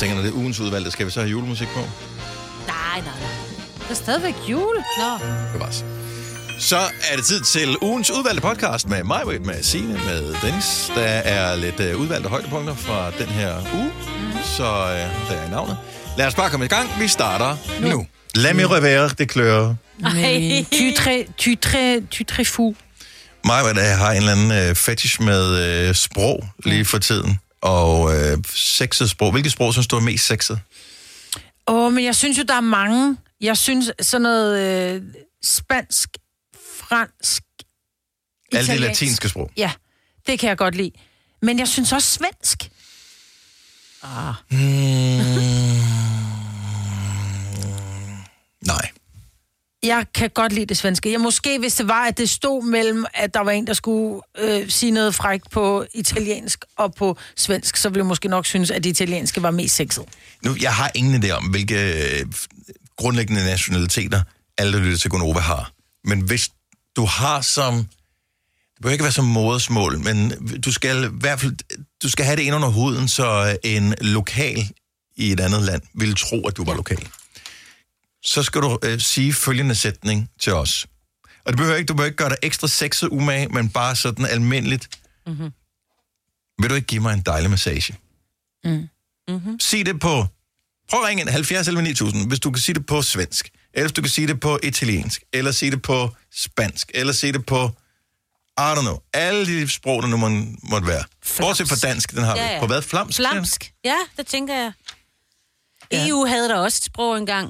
tænker, når det er ugens udvalgte, skal vi så have julemusik på? Nej, nej, nej. Der er stadigvæk jul. Nå. Det var så. Så er det tid til ugens udvalgte podcast med mig, Britt, med Signe, med Dennis. Der er lidt øh, udvalgte højdepunkter fra den her uge, så øh, der er i navnet. Lad os bare komme i gang. Vi starter nu. nu. Lad mig revere, det klør. Nej. Tu très, tu très, tu très fou. Mig der har en eller anden øh, fetish med øh, sprog lige for tiden. Og øh, sexet sprog. Hvilket sprog synes du er mest sexet? Åh, men jeg synes jo, der er mange. Jeg synes sådan noget øh, spansk, fransk, Alle de Italiensk. latinske sprog. Ja, det kan jeg godt lide. Men jeg synes også svensk. Nej. Jeg kan godt lide det svenske. Jeg måske, hvis det var, at det stod mellem, at der var en, der skulle øh, sige noget frækt på italiensk og på svensk, så ville jeg måske nok synes, at det italienske var mest sexet. Nu, jeg har ingen idé om, hvilke øh, grundlæggende nationaliteter alle, der lytter til Gonova har. Men hvis du har som... Det behøver ikke være som modersmål, men du skal i hvert fald du skal have det ind under huden, så en lokal i et andet land ville tro, at du var lokal. Så skal du øh, sige følgende sætning til os. Og det behøver ikke, du behøver ikke gøre dig ekstra sexet umage, men bare sådan almindeligt. Mm-hmm. Mhm. Vil du ikke give mig en dejlig massage? Mm. Mhm. Sig det på... Prøv at ringe ind 70 11 9000, hvis du kan sige det på svensk. Eller hvis du kan sige det på italiensk. Eller sige det på spansk. Eller sige det på... I don't know. Alle de sprog, der nu må, måtte være. Bortset fra dansk, den har Ja, vi. ja. På hvad? Flamsk? siger den? Flamsk. Ja, det tænker jeg. Ja. EU havde der også et sprog engang.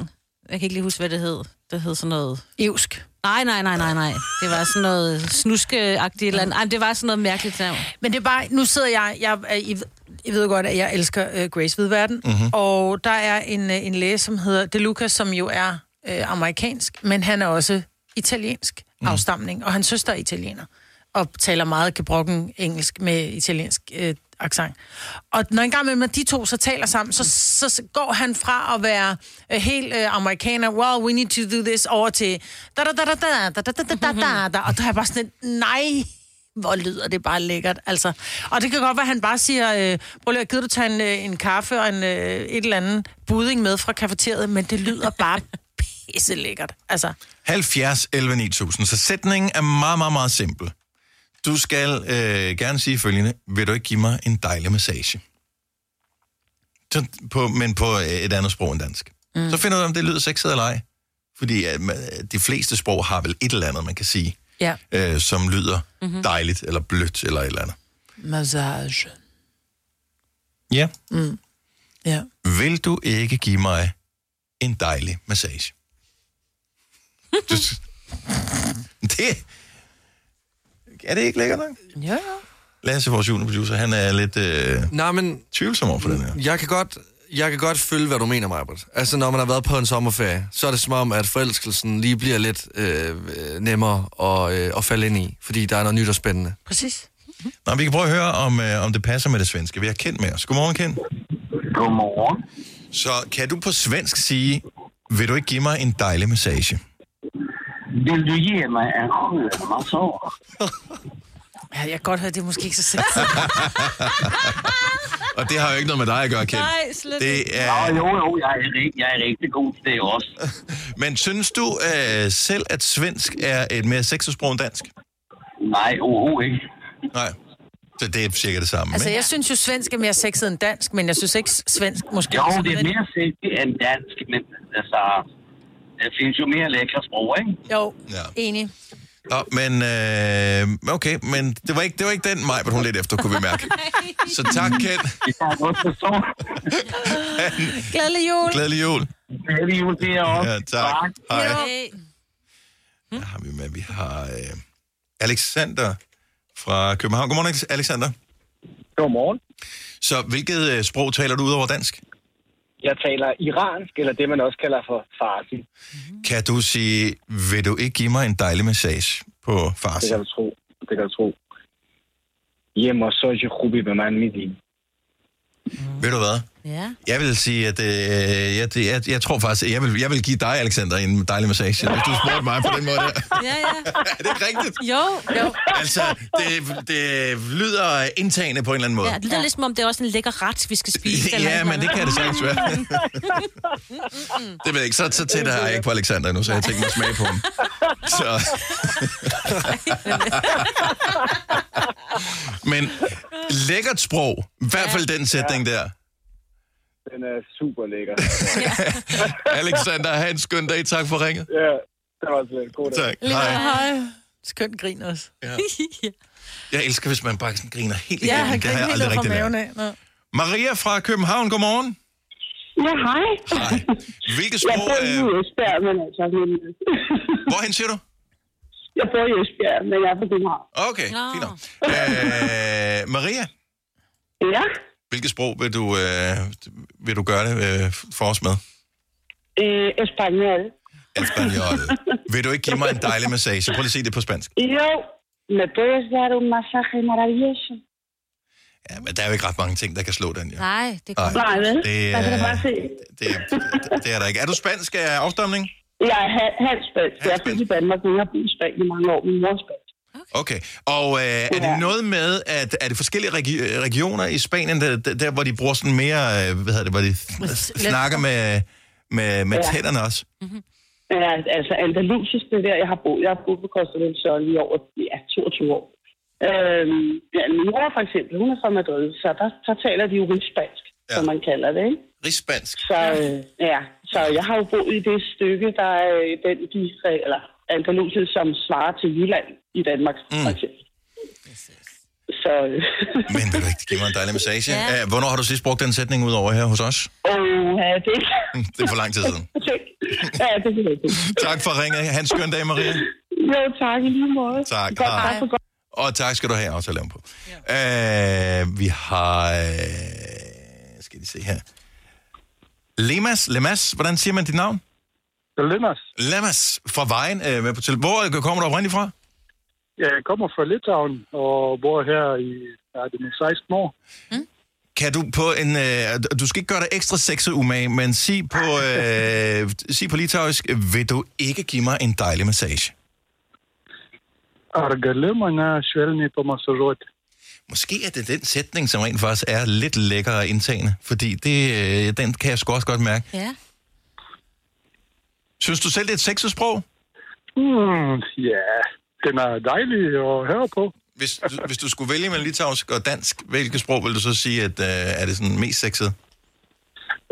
Jeg kan ikke lige huske, hvad det hed. Det hed sådan noget... Evsk. Nej, nej, nej, nej, nej. Det var sådan noget snuskeagtigt eller andet. Ej, men det var sådan noget mærkeligt navn. Men det er bare, nu sidder jeg, jeg, er- I, ved- I ved jo godt, at jeg elsker øh, Grace ved verden, mm-hmm. og der er en, øh, en læge, som hedder De Luca, som jo er øh, amerikansk, men han er også italiensk afstamning, og hans søster er italiener, og taler meget gebrokken engelsk med italiensk øh, accent. Og når en gang imellem, når de to så taler sammen, så, så, så går han fra at være øh, helt øh, amerikaner, well, we need to do this, over til da da da da da da da da da da da og der er jeg bare sådan et, nej, hvor lyder det bare lækkert, altså. Og det kan godt være, at han bare siger, øh, prøv lige at give du tage en, øh, en kaffe og en, øh, et eller andet budding med fra kafeteriet, men det lyder bare pisse lækkert, altså. 70 11 9000. Så sætningen er meget, meget, meget simpel. Du skal øh, gerne sige følgende. Vil du ikke give mig en dejlig massage? Så på, men på øh, et andet sprog end dansk. Mm. Så finder du ud af, om det lyder sexet eller ej. Fordi øh, man- de fleste sprog har vel et eller andet, man kan sige, Ja. øh, som lyder mm-hmm. dejligt eller blødt eller et eller andet. Massage. Ja. Ja. Vil du ikke give mig en dejlig massage? Du s- det... Er det ikke lækkert nok? Ja, ja. Lasse, vores juniorproducer, han er lidt øh, Nej, men tvivlsom over for den her. jeg kan godt, jeg kan godt følge, hvad du mener, Majbert. Altså, når man har været på en sommerferie, så er det som om, at forelskelsen lige bliver lidt øh, øh, nemmere at, øh, at falde ind i, fordi der er noget nyt og spændende. Præcis. Nå, vi kan prøve at høre, om, øh, om det passer med det svenske. Vi har kendt med os. Godmorgen, Ken. Godmorgen. Så kan du på svensk sige, vil du ikke give mig en dejlig massage? Vill du ge mig en skön massage? Ja, jeg kan godt høre, det er måske ikke så sæt. Og det har jo ikke noget med dig at gøre, Ken. Nej, slet det Ja, er, Ah, jo, jo, jeg er, rig- jeg er rigtig god til det også. Men synes du øh, selv, at svensk er et mere sexet sprog end dansk? Nej, overhovedet ikke. Nej. Så det er cirka det samme, altså, ikke? jeg synes jo, svensk er mere sexet end dansk, men jeg synes ikke, svensk måske... Jo, er det er sådan mere sikkert end dansk, men altså, der findes jo mere lækre sprog, ikke? lidt- Jo, Ja. ja. enig. Nå, men øh, okay, men det var ikke, det var ikke den mig, hun lidt efter, kunne vi mærke. Så tak, Ken. Det kan jeg godt forstå. Glædelig jul! Glædelig jul. Glædelig jul til jer også. Ja, tak. Hej. Hey. Hvad har vi med? Vi har øh, Alexander fra København. Godmorgen, Alex- Alexander. Godmorgen. Så hvilket øh, sprog taler du ud over dansk? Jeg taler iransk, eller det man også kalder for farsi, Kan du sige, vil du ikke give mig en dejlig massage på det farsi? kan du tro. Det kan du tro. Hjem og så er jeg med mig Mm. Ved du hvad? Ja. Jeg vil sige, at øh, jeg, det- jeg, jeg tror faktisk, at jeg vil, jeg vil give dig, Alexander, en dejlig massage, hvis du spurgte mig på den måde. Der. Ja, ja. er det ikke rigtigt? Jo, jo. Altså, det, det lyder indtagende på en eller anden måde. Ja, det lyder lidt som om, det er også en lækker ret, vi skal spise. eller Ja, et men det eller kan det andet. sagtens være. det ved jeg ikke. Så, så tæt har jeg ikke på Alexander endnu, så jeg tænker mig at smage på ham. Så. men lækkert sprog. I hvert fald den sætning der. Den er super lækker. Alexander, have en skøn dag. Tak for ringet. ja, det var altså god dag. Tak. Hej. Hej. Skønt grin også. Jeg elsker, hvis man bare sådan griner helt Ja, igennem. han det har griner jeg helt aldrig ud fra rigtig maven lært. af. Nå. Maria fra København, godmorgen. Ja, hej. Hej. Hvilket Jeg sprog... bor Øh, i Esbjerg, men altså... Men, hvorhen siger du? jeg bor i Esbjerg, men jeg er fra København. Okay, Nå. fint nok. Øh, Maria, Ja. hvilket sprog vil du, øh, vil du gøre det øh, for os med? Øh, Espanol. Espanol. øh? vil du ikke give mig en dejlig massage? Prøv lige at se det på spansk. Jo. Me puedes dar un masaje maravilloso. Ja, men der er jo ikke ret mange ting, der kan slå den, jo. Nej, det er godt. Nej. Nej, vel? Det, Der kan du øh, bare se. Det, det er der ikke. Er du spansk af afstamning? Jeg er ha- halv spansk. Jeg er født i Danmark, men jeg har boet i Spanien i mange år. Min mor er spansk. Okay. Og øh, er det noget med, at er det forskellige regi- regioner i Spanien, der, der, der hvor de bruger sådan mere, øh, hvad hedder det, hvor de Lidt- snakker med, med, med Ja. tænderne også? Men al- altså, Andalusis, det er der, jeg har boet. Jeg har boet på Costa del Sol i over ja, 22 år. Øhm, ja, min mor for eksempel, hun er fra Madrid, så der, der taler de jo rigspansk, Ja. ja. som man kalder det, ikke? Rigspansk. Så, øh, ja, så jeg har jo boet i det stykke, der er øh, den de regler, Andalusien, som svarer til Jylland i Danmark, mm. for eksempel. Så, øh, Men vil du ikke give mig en dejlig massage? Ja. Ja. Hvornår har du sidst brugt den sætning ud over her hos os? øh, ja, det er Det er for lang tid siden. Ja, det er det. Tak for ringet. Hans skøn dag, Maria. Jo, tak i lige måde. Tak. Godt, Hej. tak for godt. Og tak skal du have også at lave på. Ja. Øh, vi har... Øh, skal de se her. Lemas, Lemas, hvordan siger man dit navn? Lømmers. Lemas fra Vejen øh, med på til. Hvor kommer du oprindeligt fra? Jeg kommer fra Litauen og bor her i ja, det er mine 16 år. Kan du på en... Øh, du skal ikke gøre dig ekstra sexet umage, men sig på, øh, sig på litauisk, vil du ikke give mig en dejlig massage? Ar gali mane švelniai pamasažuoti? Måske er det den sætning, som rent faktisk er lidt lækkere indtagende, fordi det, øh, den kan jeg sgu også godt mærke. Ja. Synes du selv, det er et sexet sprog? Mm, ja, den er dejlig at høre på. Hvis, du- hvis du skulle vælge mellem litauisk og dansk, hvilket sprog vil du så sige, at øh, er det sådan mest sexet?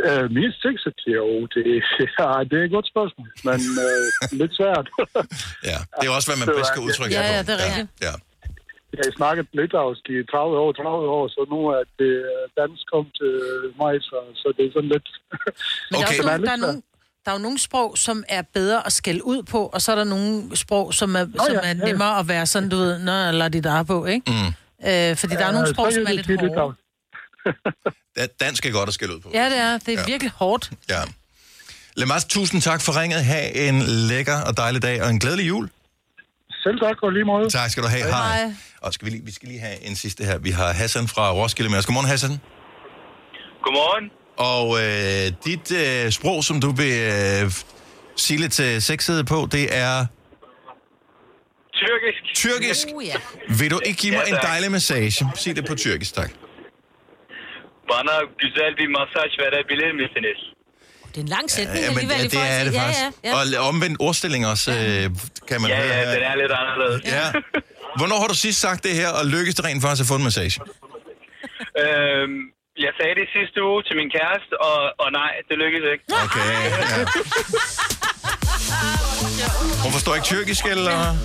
Øh, mest sexet, jo, det, ja, det er et godt spørgsmål, men øh, lidt svært. Ja, det er også, hvad man bedst kan udtrykke Ja, sig på. ja, det er rigtigt. Ja, ja. jeg har snakket litauisk i 30 år, 30 år, så nu er det øh, dansk kom til mig, så, så det er sådan lidt... Men okay. der, er Okay. også nogle, der, er nogle, der er jo nogle sprog, som er bedre at skælde ud på, og så er der nogle sprog, som er, oh, som ja, er ja, ja. nemmere at være sådan, du ved, når lader de der på, ikke? Mm. Øh, fordi der er nogle Øh, sprog, så som kan er jeg sige lidt hårde. litauisk. Da- Dansk er godt at skille ud på. Ja, det er. Det er virkelig hårdt. ja. Lemas, tusind tak for ringet. Ha' en lækker og dejlig dag, og en glædelig jul. Selv tak, og lige måde. Tak skal du have. Hej. Hej. Og skal vi, lige, vi skal lige have en sidste her. Vi har Hassan fra Roskilde med os. Godmorgen, Hassan. Godmorgen. Og øh, dit øh, sprog, som du vil øh, sige lidt øh, sexet på, det er Tyrkisk. tyrkisk. Uh, ja. Vil du ikke give mig Ja, en tak. dejlig massage? Sig det på tyrkisk, tak. Bana güzel bir masaj verebilir misiniz? Det er en lang sætning Ja, men alligevel ja, i det forhold er til- det faktisk. Ja, ja, ja. Og l- omvendt ordstilling også, øh, kan man Ja, høre. ja, her. den er lidt anderledes. ja. Hvornår har du sidst sagt det her, og lykkes det rent faktisk at få en massage? Øhm, jeg sagde det sidste uge til min kæreste, og, og nej, det lykkedes ikke. Okay, ja. Hun forstår ikke tyrkisk, eller?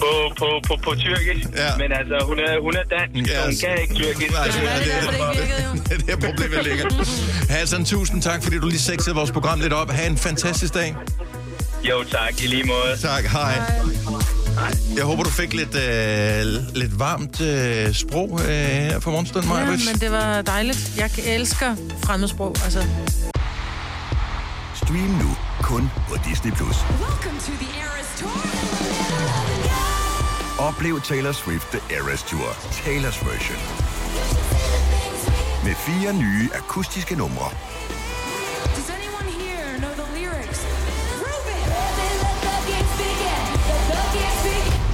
På, på, på, på tyrkisk. Ja. Men altså, hun er, hun er dansk, Ja, så hun altså. kan ikke tyrkisk. Nej, det er det, derfor, det ikke virkede, jo. det, er der problemet ligger. Hassan, tusind tak, fordi du lige sexede vores program lidt op. Ha' en fantastisk dag. Jo tak, i lige måde. Tak, hej. Jeg håber, du fik lidt, øh, lidt varmt øh, sprog øh, her på morgenstunden, Ja, Maja. men det var dejligt. Jeg elsker fremmedsprog, altså. Stream nu kun på Disney+. Plus. Oplev Taylor Swift The Eras Tour, Taylor's version. med fire nye akustiske numre. Does anyone here know the lyrics?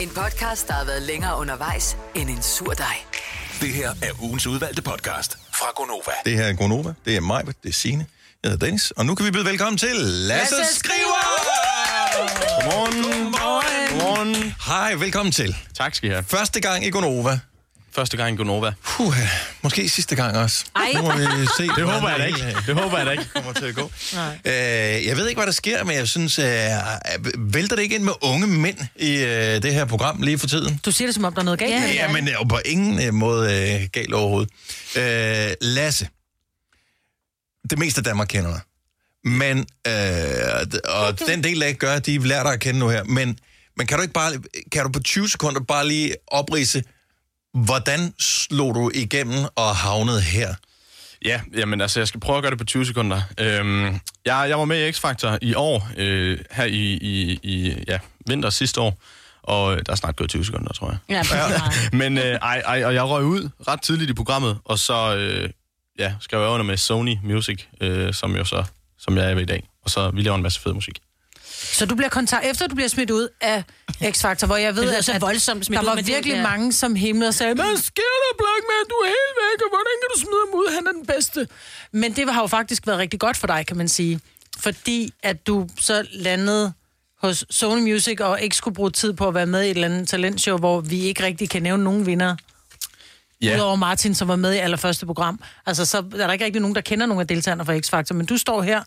En podcast, der har været længere undervejs end en sur dej. Det her er ugens udvalgte podcast fra Gonova. Det her er Gronova, det er mig, det er Signe, jeg hedder Dennis, og nu kan vi byde velkommen til Lasse Skriver! Godmorgen. Godmorgen. Godmorgen. Hej, velkommen til. Tak skal I have. Første gang i Gonova. Første gang i Gonova. Puh, måske sidste gang også. Ej. Nu må vi se. Det håber jeg da ikke. Det håber jeg da ikke. Kommer til at gå. Nej. Øh, jeg ved ikke, hvad der sker, men jeg synes, øh, vælter det ikke ind med unge mænd i øh, det her program lige for tiden? Du siger det, som om der er noget galt. med Ja, det. ja men det er jo på ingen øh, måde øh, galt overhovedet. Øh, Lasse, det meste af Danmark kender dig. Men, øh, d- og den del, jeg ikke gør, de lærer dig at kende nu her. Men, men kan du ikke bare, kan du på 20 sekunder bare lige oprise, hvordan slog du igennem og havnede her? Ja, jamen altså, jeg skal prøve at gøre det på 20 sekunder. Øhm, jeg, jeg var med i X-Factor i år, øh, her i, i, i ja, vinter sidste år, og øh, der er snart gået 20 sekunder, tror jeg. Ja, det er Men øh, ej, ej, og jeg røg ud ret tidligt i programmet, og så øh, ja, skrev jeg under med Sony Music, øh, som jo så, som jeg er ved i dag. Og så vi laver en masse fed musik. Så du bliver kontakt, efter du bliver smidt ud af X-Factor, hvor jeg ved, Det lyder at, så at voldsomt, smidt der ud Mm. var med det virkelig der. mange, som himlede og sagde, hvad sker der, Blackman, du er helt væk, og hvordan kan du smide ham ud, han er den bedste. Men det har jo faktisk været rigtig godt for dig, kan man sige. Fordi at du så landede hos Sony Music og ikke skulle bruge tid på at være med i et eller andet talentshow, hvor vi ikke rigtig kan nævne nogen vinder. Ja. Yeah. Udover Martin, som var med i allerførste program. Altså, så er der ikke rigtig nogen, der kender nogen af deltagerne fra X-Factor, men du står her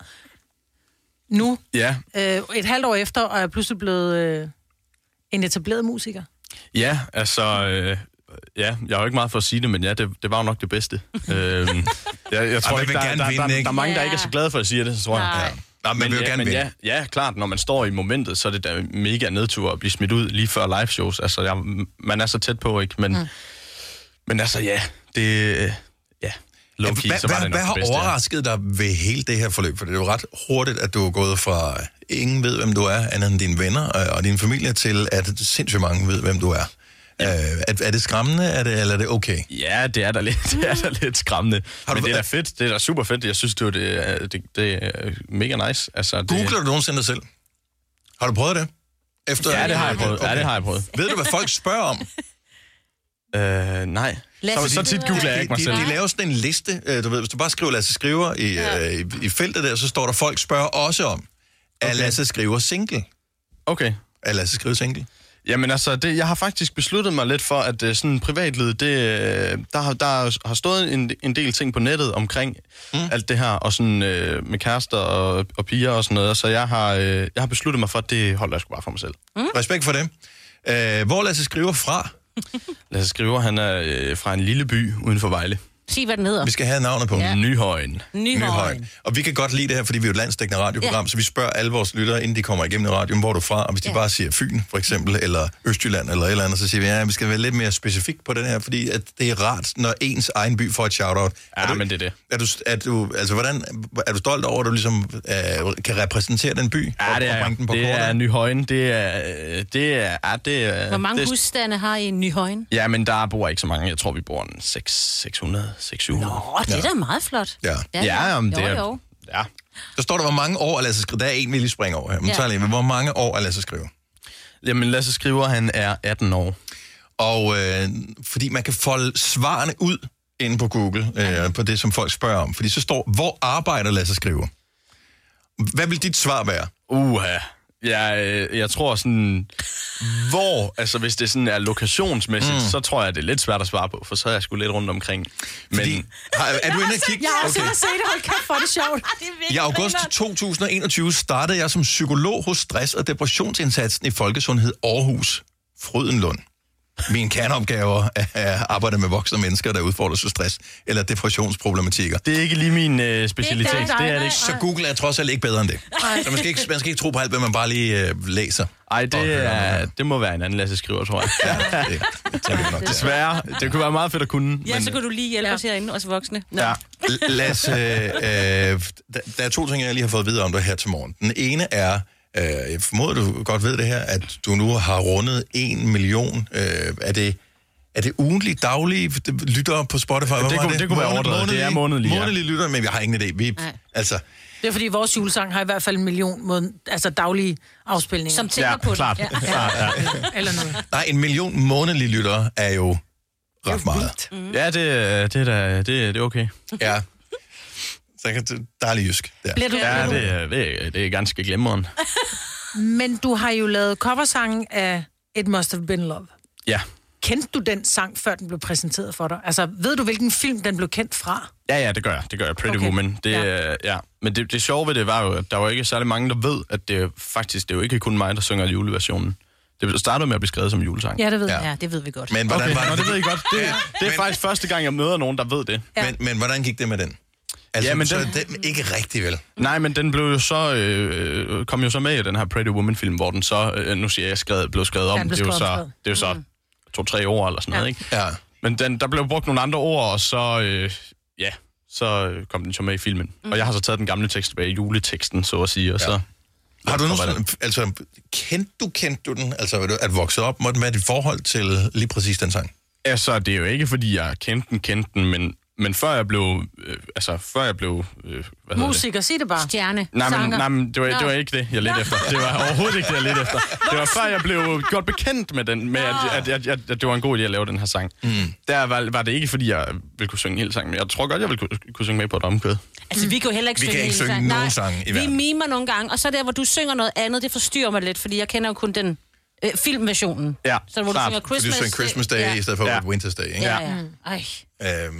nu Ja, øh, et halvt år efter, og er pludselig blevet øh, en etableret musiker. Ja, altså... Øh, ja, jeg har jo ikke meget for at sige det, men ja, det, det var jo nok det bedste. øhm, jeg, jeg Ej, tror man ikke, vil der, der, gerne der, vinde, der, ikke? der er mange, der Ja. ikke er så glade for at sige det, så tror Nej. jeg. Ja. Nej, man Men vil jo ja, gerne men vinde. ja, ja, klart, når man står i momentet, så er det da mega nedtur at blive smidt ud lige før live shows. Altså, jeg, man er så tæt på, ikke? Men, Mm. mm. men altså, ja, det... øh, Ja, low key, Hvad, så var hvad, det nok hvad det har bedste, ja. overrasket dig ved hele det her forløb? For det er jo ret hurtigt, at du er gået fra øh, ingen ved, hvem du er, andet end dine venner øh, og, og din familie, til at sindssygt mange ved, hvem du er. Øh, er, er det skræmmende, er det, eller er det okay? Ja, det er da lidt, det er da lidt skræmmende. Har du, men det er da fedt. Det er da super fedt. Jeg synes, det er, det er, det, det er mega nice. Altså, det, Googler du nogensinde dig selv? Har du prøvet det? Ja, det har jeg prøvet. Ja, det har jeg prøvet. Ved du, hvad folk spørger om? Øh, nej. Så, så tit googler jeg ikke mig de, selv. De, de laver sådan en liste, øh, du ved, hvis du bare skriver Lasse Skriver i, ja. i, i feltet der, så står der, folk spørger også om, er okay. Lasse Skriver single? Okay. Er Lasse Skriver single? Jamen altså, det, jeg har faktisk besluttet mig lidt for, at øh, sådan en privatliv, det, øh, der, har, der har stået en, en del ting på nettet omkring mm. alt det her, og sådan øh, med kærester og, og piger og sådan noget, så jeg har, øh, jeg har besluttet mig for, at det holder jeg sgu bare for mig selv. Mm. Respekt for det. Øh, hvor er Lasse Skriver fra? Lasse Skriver, han er øh, fra en lille by uden for Vejle. Sig, hvad den hedder. Vi skal have navnet på. Ja. Nyhøjen. Nyhøjen. Og vi kan godt lide det her, fordi vi er jo et landstækkende radioprogram, Ja. ja. så vi spørger alle vores lyttere, inden de kommer igennem i radioen, hvor er du fra, og hvis de Ja. ja. bare siger Fyn, for eksempel, eller Østjylland, eller et eller andet, så siger vi, ja, vi skal være lidt mere specifik på den her, fordi at det er rart, når ens egen by får et shout-out. Ja, er du, men det er det. Er du, er du, altså, hvordan, er du stolt over, at du ligesom øh, kan repræsentere den by? Ja, det og, og er, bringe den på det kortet? er Nyhøjen. Det er, øh, det er, ja, det er... Hvor mange det, husstande har I i Nyhøjen? Ja, men der bor ikke så mange. Jeg tror, vi bor en 6, 600, 600. Nå, Åh, det er da meget flot. Ja. Ja, jamen, det jo, er- Jo. Ja. Der står der, hvor mange år er Lasse Skrive. Der er en, vi lige springer over her. Men Ja. ja. tager lige, hvor mange år er Lasse Skrive? Jamen, Lasse Skriver, han er 18 år. Og øh, fordi man kan folde svarene ud inde på Google, øh, på det, som folk spørger om. Fordi så står, hvor arbejder Lasse Skrive? Hvad vil dit svar være? Uha. Jeg, øh, jeg tror sådan, hvor, altså hvis det sådan er lokationsmæssigt, mm. så tror jeg, det er lidt svært at svare på, for så er jeg sgu lidt rundt omkring. Men Fordi, har, er du inde og kigge? Jeg er også okay. at se det. Hold kæft, for det sjovt. I august 2021 startede jeg som psykolog hos stress- og depressionsindsatsen i Folkesundhed Aarhus, Frydenlund. Min kerneopgave er at arbejde med voksne mennesker, der udfordres af stress eller depressionsproblematikker. Det er ikke lige min øh, specialitet. Det er Det er, ikke dig, det, nej, ikke. Så Google er trods alt ikke bedre end det. Nej. Så man skal ikke, man skal ikke tro på alt, hvad man bare lige øh, læser. Ej, det, er, det må være en anden Lasse Skriver, tror jeg. ja, det, det nok. Desværre. Det kunne være meget fedt at kunne. Ja, men, så kunne du lige hjælpe ja. os herinde, os voksne. Nå. Ja. L- Lad os, øh, øh, der, der er to ting, jeg lige har fået videre om dig her til morgen. Den ene er, øh, jeg formoder, du godt ved det her, at du nu har rundet en million. Øh, er det er det ugenlige, daglige lyttere på Spotify? Hvor det var kunne- det kunne være Måned- overdrevet. Det er månedlige, ja. Månedlige lyttere, men jeg har ingen idé. Vi, Nej. altså, Det er fordi, vores julesang har i hvert fald en million måned, altså daglige afspilninger. Som tænker Ja, på den. klart. Ja. Klart, ja. Eller noget. nej, en million månedlige lyttere er jo ret meget. Ja, det, det, er da, det, det er okay. Ja. Så kan du dejlig jysk. Der. Bliver du- bliver ja, du- det, er- det, er- det er ganske glemmeren. Men du har jo lavet coversangen af It Must Have Been Love. Ja. Kendte du den sang, før den blev præsenteret for dig? Altså, ved du, hvilken film den blev kendt fra? Ja, ja, det gør jeg. Det gør jeg. Pretty okay. Woman. Det, ja. ja. Men det, det sjove ved det var jo, at der var ikke særlig mange, der ved, at det faktisk det er jo ikke kun mig, der synger juleversionen. Det startede med at blive skrevet som julesang. Ja, det ved Ja. ja. ja, det ved vi godt. Men hvordan okay. var det? Nå, det ved I godt. Det, det er faktisk første gang, jeg møder nogen, der ved det. Ja. Men, men hvordan gik det med den? Altså, ja, men så den... den ikke rigtig vel? Nej, men den blev jo så, øh, øh, kom jo så med i den her Pretty Woman-film, hvor den så, øh, nu siger jeg, skrevet, blev skrevet om. Ja, den blev det er jo skrevet så, om. det er jo så to-tre ord eller sådan noget, Ja. ikke? Ja. Men den, der blev brugt nogle andre ord, og så, øh, ja, så øh, kom den så med i filmen. Mm. Mhm. Og jeg har så taget den gamle tekst tilbage, juleteksten, så at sige, og så... Har du nogensinde, altså, kendte du, kendte du den? Altså, er du- at vokse op, måtte den være dit forhold til lige præcis den sang? Altså, det er jo ikke, fordi jeg kendte den, kendte den, men, men før jeg blev... Øh, altså, før jeg blev... Øh, hvad hedder det? Musiker, sig det bare. Stjerne. Nej, men, Sanger. nej, men det, var, det Nå. var ikke det, jeg lidt efter. Det var overhovedet ikke det, jeg lidt efter. Det var før, jeg blev gjort bekendt med den, med at, at, at, at, at det var en god idé at lave den her sang. Mm. Der var, var det ikke, fordi jeg ville kunne synge en hel sang, men jeg tror godt, jeg ville kunne, kunne synge med på et omkød. Altså, vi kan jo heller ikke Mm. Vi kan synge ikke hele synge sangen. nogen Nej. sang i Vi verden. mimer nogle gange, og så der, hvor du synger noget andet, det forstyrrer mig lidt, fordi jeg kender jo kun den øh, filmversionen. Ja, Så hvor du synger Fordi du Christmas. synger Christmas Day ja. i stedet for ja. Winter's Day, ikke? Ja, ja. Ej. Øhm,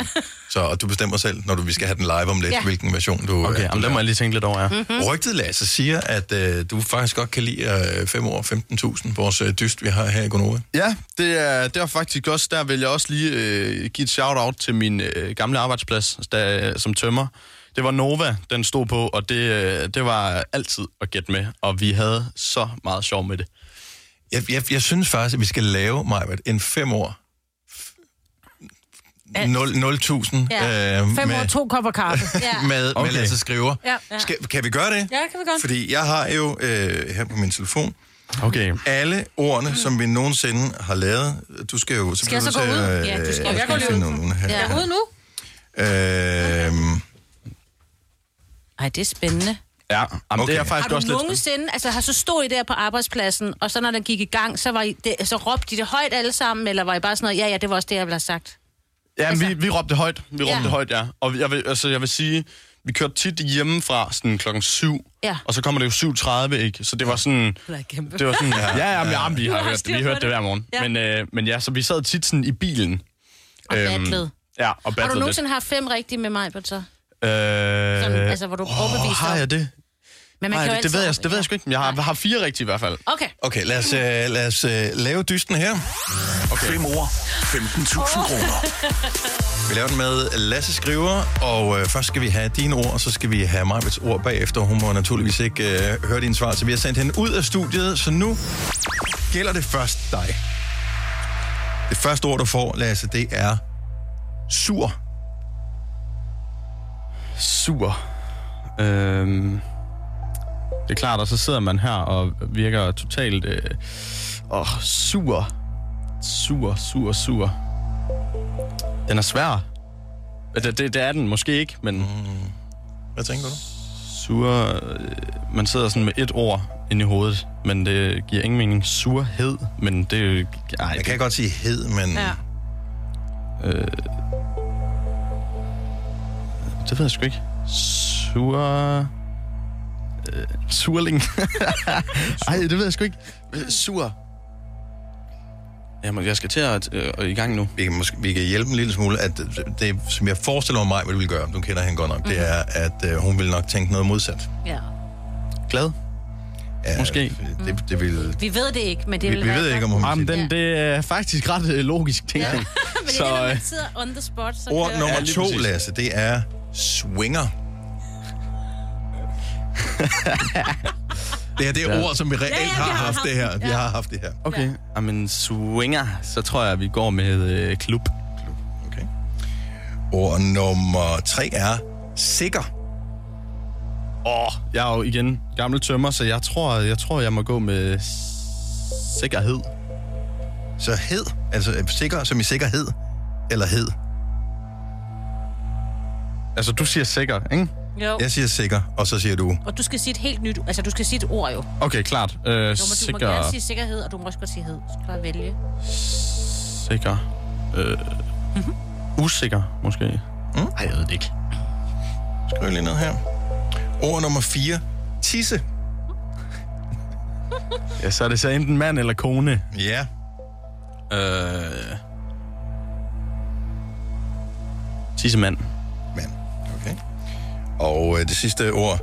så og du bestemmer selv, når du, vi skal have den live om lidt, Ja. ja. hvilken version du... Okay, jamen, det må jeg lige tænke lidt over, Mm. ja. Mm-hmm. Rygtet, Lasse, siger, at øh, du faktisk godt kan lide øh, 5 år 15.000, vores øh, dyst, vi har her i Gonova. Ja, det er, det er faktisk også, der vil jeg også lige øh, give et shout-out til min øh, gamle arbejdsplads der, øh, som tømmer. Det var Nova, den stod på, og det, øh, det var altid at gætte med, og vi havde så meget sjov med det. Jeg, jeg, jeg synes faktisk, at vi skal lave, Majbert, en 5 år... Ja. 0.000. Ja. Øh, Fem år, to kopper kaffe. ja. med, okay. Okay. med Lasse Skriver. Ja. Ja. Skal, kan vi gøre det? Ja, kan vi godt. Fordi jeg har jo øh, her på min telefon okay. alle ordene, som vi nogensinde har lavet. Du skal jo... Skal jeg så gå til, ud? øh, Ja, du skal. jeg Jeg går lige finde ud. nogle her. Ja. Ude nu? Øhm, Ej, det er spændende. Ja, jamen, okay. det er jeg Har faktisk du også lidt... nogensinde, altså har så stod I der på arbejdspladsen, og så når den gik i gang, så, var I det, så råbte I det højt alle sammen, eller var I bare sådan noget, ja, ja, det var også det, jeg ville have sagt. Ja, altså... vi, vi råbte højt. Vi råbte Ja. ja. højt, ja. Og jeg vil, altså, jeg vil sige, vi kørte tit hjemmefra sådan klokken 7, Ja. og så kommer det jo 7.30, ikke? Så det var sådan... Det var sådan, ja, ja, ja, ja vi har hørt det. Vi hørte det hver morgen. Ja. Ja. Men, øh, men ja, så vi sad tit sådan i bilen. Og Øhm, battlede. Ja, Har og du battlede lidt. nogensinde haft fem rigtige med mig, så? Øh, Sådan, altså, hvor du er overbevist har om- jeg det? Men man Nej, kan jo det, det, altid... ved jeg, det ved jeg sgu ikke, men jeg har, har fire rigtige i hvert fald. Okay. Okay, lad os, øh, lad os øh, lave dysten her. Okay. 5 ord, 15.000 Vi laver den med Lasse Skriver, og øh, først skal vi have dine ord, og så skal vi have Majbets ord bagefter. Hun må naturligvis ikke øh, høre dine svar, så vi har sendt hende ud af studiet, så nu gælder det først dig. Det første ord, du får, Lasse, det er sur. Sur. Øhm, det er klart, og så sidder man her og virker totalt... Øh, åh, sur. Sur, sur, sur. Den er svær. Det, det, det er den måske ikke, men... Mm. Hvad tænker du? Sur... Øh, man sidder sådan med et ord inde i hovedet, men det giver ingen mening. Surhed, men det... er jo- Ej, jeg kan godt sige hed, men... Ja. Øh, det ved jeg sgu ikke. Sur... Øh, surling. Ej, det ved jeg sgu ikke. Øh, Sur. Jamen, jeg skal til at øh, i gang nu. Vi kan, måske, vi kan hjælpe en lille smule, at det, som jeg forestiller mig, hvad ville gøre, du kender hende godt nok, Mhm. mm-hmm. det er, at øh, hun ville nok tænke noget modsat. Ja. Glad? Ja, Måske. Det, det ville... Vi ved det ikke, men det Vi- vil vi være ved ikke, om hun- Jamen, den, det er faktisk ret øh, logisk tænkning. Men det Så, er det, når øh, man sidder on the spot, så Ord kører- nummer lige to, præcis. Lasse, det er swinger. det her, det er Ja. ja. ord, som vi reelt Ja, ja, ja, ja, vi har har haft haft det her. Vi har haft det her. Okay. Jamen, swinger, så tror jeg, vi går med øh, klub. Ord nummer tre er sikker. Åh, jeg er jo igen gammel tømmer, så jeg tror, jeg, tror, jeg må gå med s- sikkerhed. Så hed, altså øh, sikker som i sikkerhed, eller hed. Altså, du siger sikker, ikke? Jo. Jeg siger sikker, og så siger du... Og du skal sige et helt nyt... Altså, du skal sige et ord jo. Okay, klart. Øh, Du må, du må gerne sige sikkerhed, og du må også godt sige hed. Så kan du vælge. Sikker. Øh, usikker, måske. Mm? Ej, jeg ved det ikke. Skriv lige ned her. Ord nummer 4. Tisse. Ja, så er det så enten mand eller kone. Ja. Øh... Tissemand. Mand. Okay. Og øh, det sidste ord.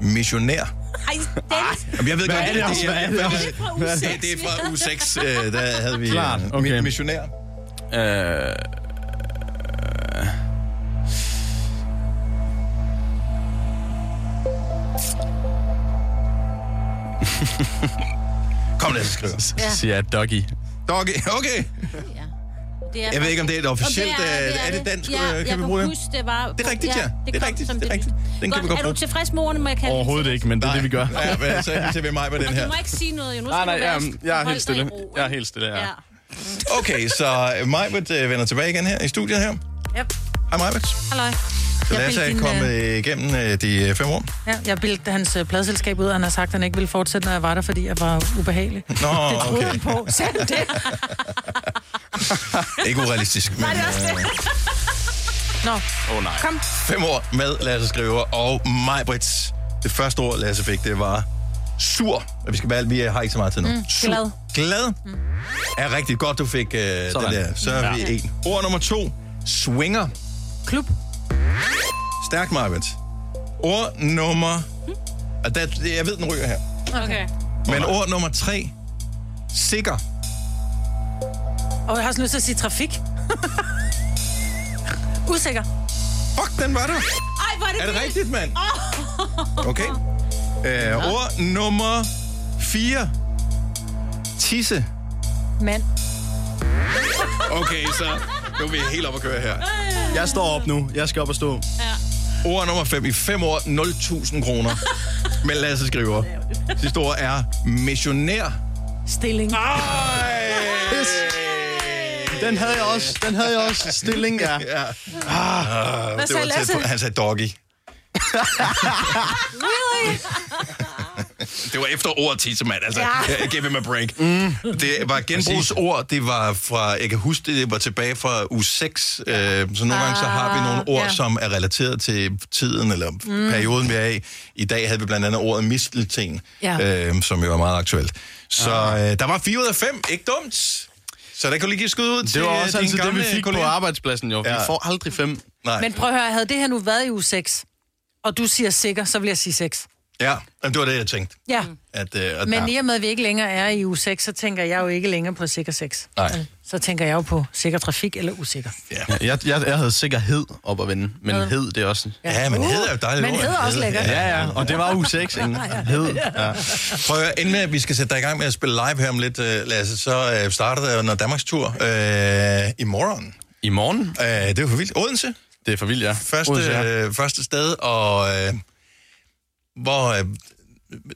Missionær. Ej, Ah. den... Jamen, jeg ved Hvad godt, er det også? Hvad er det også? Hvad er det? Det er fra uge 6, øh, der havde vi Klart, øh, okay. mi- missionær. Øh... Kom, lad os skrive. Ja. Siger jeg doggy. Doggy, okay. Det er Jeg ved ikke, om det er et officielt, Om øh, er det dansk, øh, kan jeg vi bruge det? Huske, det, var, Det er rigtigt, ja. Det er kom rigtigt, som det er rigtigt. Den kan vi godt er bruge. du tilfreds med ordene, må jeg kalde Overhovedet ikke, men det er det, vi gør. Ja, hvad sagde vi til ved mig med den Og her? du må ikke sige noget, jo. Nu Nej, skal nej, du jeg, være- jeg er holde helt stille. dig i ro, Jeg er helt stille, ja. Ja. Okay, så øh, Majbert øh, vender tilbage igen her i studiet her. Yep. Hej Majbert. Halløj. Så Lasse er kommet øh, igennem øh, de øh, fem år. Ja, jeg bildte hans øh, pladselskab ud, og han har sagt, at han ikke ville fortsætte, når jeg var der, fordi jeg var ubehagelig. Nå, det troede okay. han på. Sagde han det? Ikke urealistisk, men... øh, Nej, det er også det. Nå, Åh, oh, nej. kom. Fem år med Lasse Skriver og Majbrits. Det første ord, Lasse fik, det var sur. Og vi skal være, vi har ikke så meget tid nu. Mm, sur. glad. Glad. Mm. Er rigtig godt, du fik øh, den der. Så er vi Ja. en. Ord nummer to. Swinger. Klub. Stærk, Majbrit. Ord nummer... Mm. Og der, jeg ved, den ryger her. Okay. Men ord nummer tre. Sikker. Og jeg har sådan lyst til at sige trafik. Usikker. Fuck, den var du. Ej, hvor er det Er det vildt. rigtigt, mand? Okay. Øh, ord nummer 4. Tisse. Mand. Okay, så nu er vi helt op at køre her. Jeg står op nu. Jeg skal op og stå. Ord nummer 5. I 5 år, 0.000 kroner. Men Lasse skriver. Sidste ord er missionær. Stilling. Ah. Ej! Den havde jeg også. Den havde jeg også. Stilling, ja. Ja. Ah, Hvad det var sagde tæt Lasse? på. Han sagde doggy. Really? Det var efter ordet tissemand, altså. Ja. Give him a break. Mm. Det var genbrugsord, det var fra, jeg kan huske det, det var tilbage fra u 6, øh, så nogle gange så har vi nogle ord, Ah, ja. som er relateret til tiden eller mm. perioden, vi er i. I dag havde vi blandt andet ordet mistelten, Ja. øh, som jo var meget aktuelt. Så Ah. øh, der var 4 ud af 5, ikke dumt. Så der kan du lige give skud ud til Det var øh, også din altid det, gamle vi fik på kollega. arbejdspladsen, jo. Vi Ja. får aldrig fem. Nej. Men prøv at høre, havde det her nu været i uge 6, og du siger sikker, så vil jeg sige 6. Ja, jamen, det var det, jeg tænkte. Ja, At, øh, at, men i og med, at vi ikke længere er i uge 6, så tænker jeg jo ikke længere på sikker 6. Nej. Så tænker jeg jo på sikker trafik eller usikker. Ja, jeg, jeg, jeg havde sikkerhed op at vende, men Hvad? hed det er også. Ja, men hed er jo et dejligt Uh. Men ord. hed er også lækkert. Ja, ja, og det var u 6, ikke? Hed. Ja. Prøv at høre, inden at vi skal sætte dig i gang med at spille live her om lidt, øh, Lasse, så øh, starter der jo noget Danmarks tur øh, i morgen. I morgen, Øh, det er jo for vildt. Odense, det er for vildt, ja. Odense, første, ja. øh, første sted, og øh, hvor øh,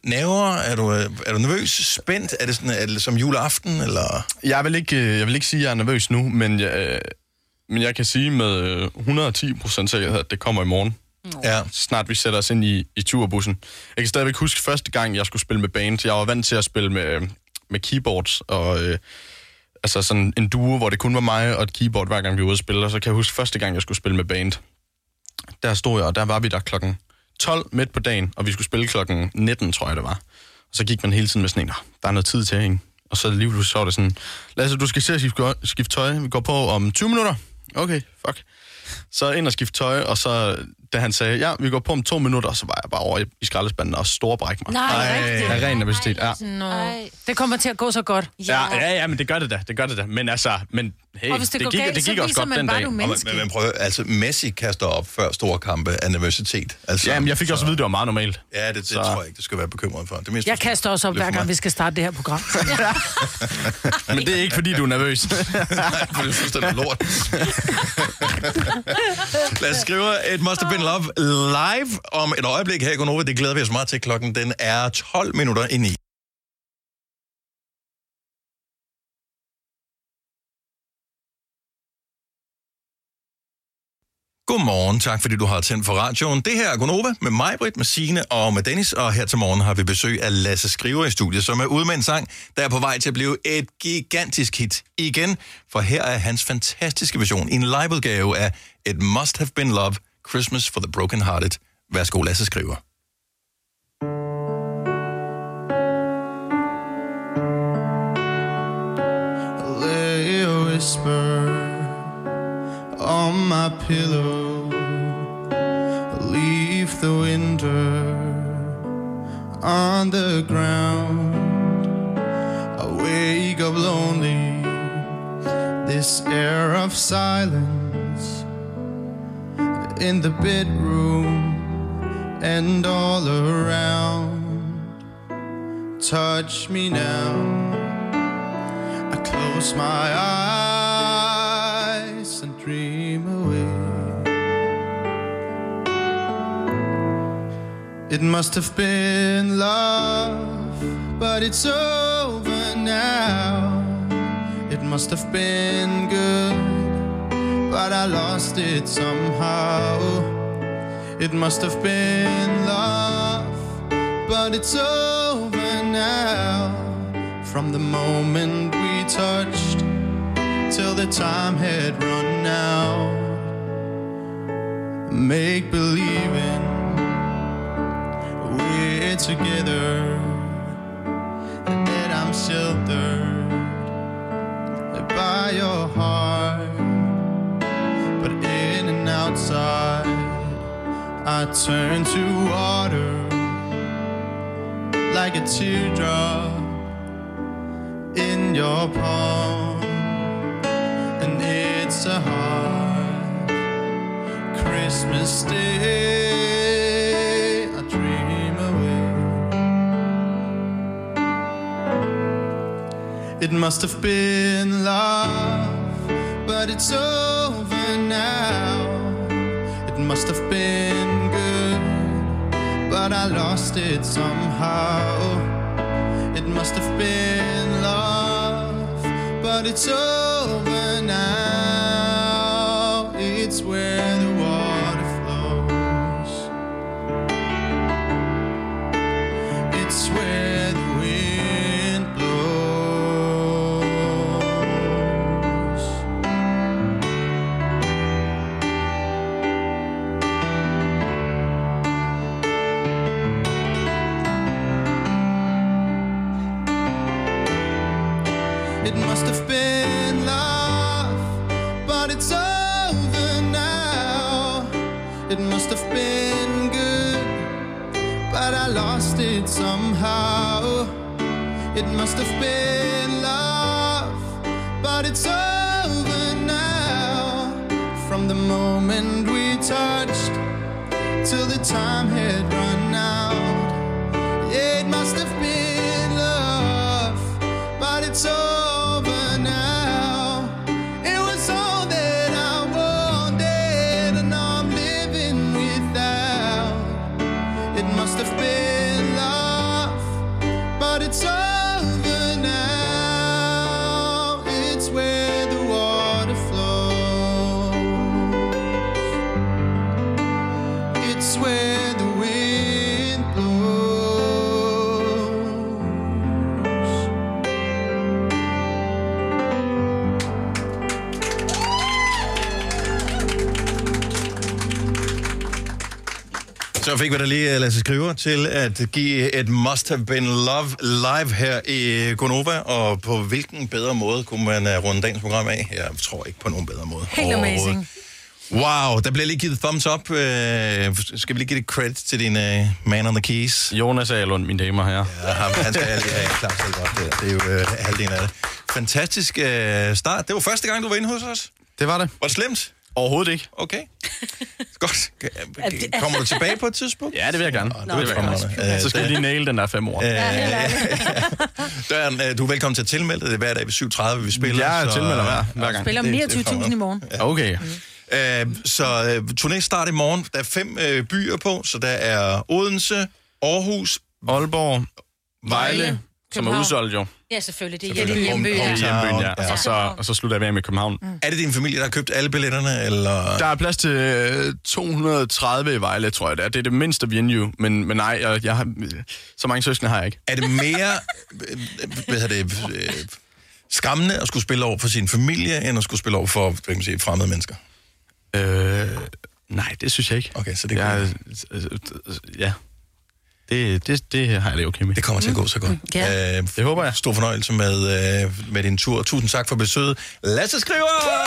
naver, er du, øh, er du nervøs, spændt? Er det, sådan, er det som juleaften, eller? Jeg vil ikke, øh, jeg vil ikke sige, at jeg er nervøs nu, men jeg, øh, men jeg kan sige med øh, 110 procent sikkerhed, at det kommer i morgen. Ja. Snart vi sætter os ind i, i turbussen. Jeg kan stadigvæk huske første gang, jeg skulle spille med band. Jeg var vant til at spille med, øh, med keyboards og... Øh, altså sådan en duo, hvor det kun var mig og et keyboard, hver gang vi var ude at spille. Og så kan jeg huske første gang, jeg skulle spille med band. Der stod jeg, og der var vi der klokken 12 midt på dagen, og vi skulle spille klokken 19, tror jeg det var. Og så gik man hele tiden med sådan en, "Nå, der er noget tid til, ikke? Og så lige pludselig så var det sådan, Lasse, du skal se at skifte, skifte tøj. Vi går på om 20 minutter. Okay, fuck. Så ind og skifte tøj, og så da han sagde, ja, vi går på om to minutter, så var jeg bare over i, i skraldespanden og storbræk mig. Nej, rigtigt? Af ren nervøsitet, ja. Nå. Det kommer til at gå så godt. Ja, ja, ja, men det gør det da, det gør det da. Men altså, men hey, Og hvis det det, går gik, galt, det så gik også viser godt man den bare, dag. du er menneske. Men, men prøv, at høre, altså Messi kaster op før store kampe af nervøsitet. Altså, Jamen, jeg fik også at vide, det var meget normalt. Ja, det, det Så- tror jeg ikke, du skal være bekymret for. Det mindste, Jeg kaster også op, hver gang vi skal starte det her program. Men det er ikke, fordi du er nervøs. Nej, for det er fuldstændig lort. Lad os skrive et Must Have Been Love live om et øjeblik her i Gonova. Det glæder vi os meget til. Klokken den er 12 minutter ind i. Godmorgen, tak fordi du har tændt for radioen. Det her er Gonova med mig, Britt, med Signe og med Dennis. Og her til morgen har vi besøg af Lasse Skriver i studiet, som er ude med en sang, der er på vej til at blive et gigantisk hit igen. For her er hans fantastiske version i en liveudgave af It Must Have Been Love, Christmas for the Broken Hearted. Værsgo, Lasse Skriver. lay a whisper on my pillow. Leave the winter on the ground. I wake up lonely. This air of silence in the bedroom and all around. Touch me now. I close my eyes and dream away. It must have been love, but it's over now. It must have been good, but I lost it somehow. It must have been love, but it's over now. From the moment we touched till the time had run out. Make believing we're together, that I'm sheltered by your heart. But in and outside, I turn to water like a teardrop in your palm, and it's a hard Christmas day. I dream away. It must have been love, but it's over now. It must have been good, but I lost it somehow. It must have been love but it's over now. It's where the water flows. It's where the wind blows. It must have been love, but it's over now. It must have been good, but I lost it somehow. It must have been love, but it's over now. From the moment we touched till the time had run out. It must have been love but it's over now. It was all that I wanted, and I'm living without. It must have been love, but it's over now. It's where the water flows. It's where the wind blows. Så fik vi da lige øh, Lasse Skriver til at give et must have been love live her i Gonova, og på hvilken bedre måde kunne man øh, runde dagens program af? Jeg tror ikke på nogen bedre måde. Helt overhovedet. amazing. Wow, der bliver lige givet thumbs up. Øh, skal vi lige give lidt credit til din øh, man on the keys? Jonas Ahlund, mine damer her. Ja, ham, han skal jeg lige have klart selv godt. Det, er- det er jo øh, halvdelen af det. Fantastisk øh, start. Det var første gang, du var inde hos os. Det var det. Var det slemt? Overhovedet ikke. Okay. Godt. Kommer du tilbage på et tidspunkt? Ja, det vil jeg gerne. Nå, det vil jeg gerne. Så skal vi lige næle den der fem ord. Øh, Døren, øh, du er velkommen til at tilmelde dig. Det er hver dag ved 7.30, vi spiller. Jeg tilmelder hver- hver gang. Spiller om 29.000 i morgen. Okay. Øh, så øh, turné start i morgen. Der er fem øh, byer på, så der er Odense, Aarhus, Aalborg, Vejle, som er København. udsolgt jo. Ja, selvfølgelig. Det er Selvfølgelig. hjemme. Bum, bum. I hjembyen, ja. Ja. Og så, og så slutter jeg af med København. Er det din familie, der har købt alle billetterne, eller... Der er plads til øh, 230 i Vejle, tror jeg det er. Det er det mindste venue, men, men nej, jeg, jeg har, øh, så mange søskende har jeg ikke. Er det mere øh, øh, hvad hedder det, øh, skræmmende at skulle spille over for sin familie, end at skulle spille over for hvad kan man sige, fremmede mennesker? Øh, nej, det synes jeg ikke. Okay, så det jeg, øh, øh, Ja. Det, det, det har jeg det okay med. Det kommer til at gå så godt. Ja. Øh, det håber jeg. Stor fornøjelse med, øh, med din tur. Tusind tak for besøget. Lasse Skriver!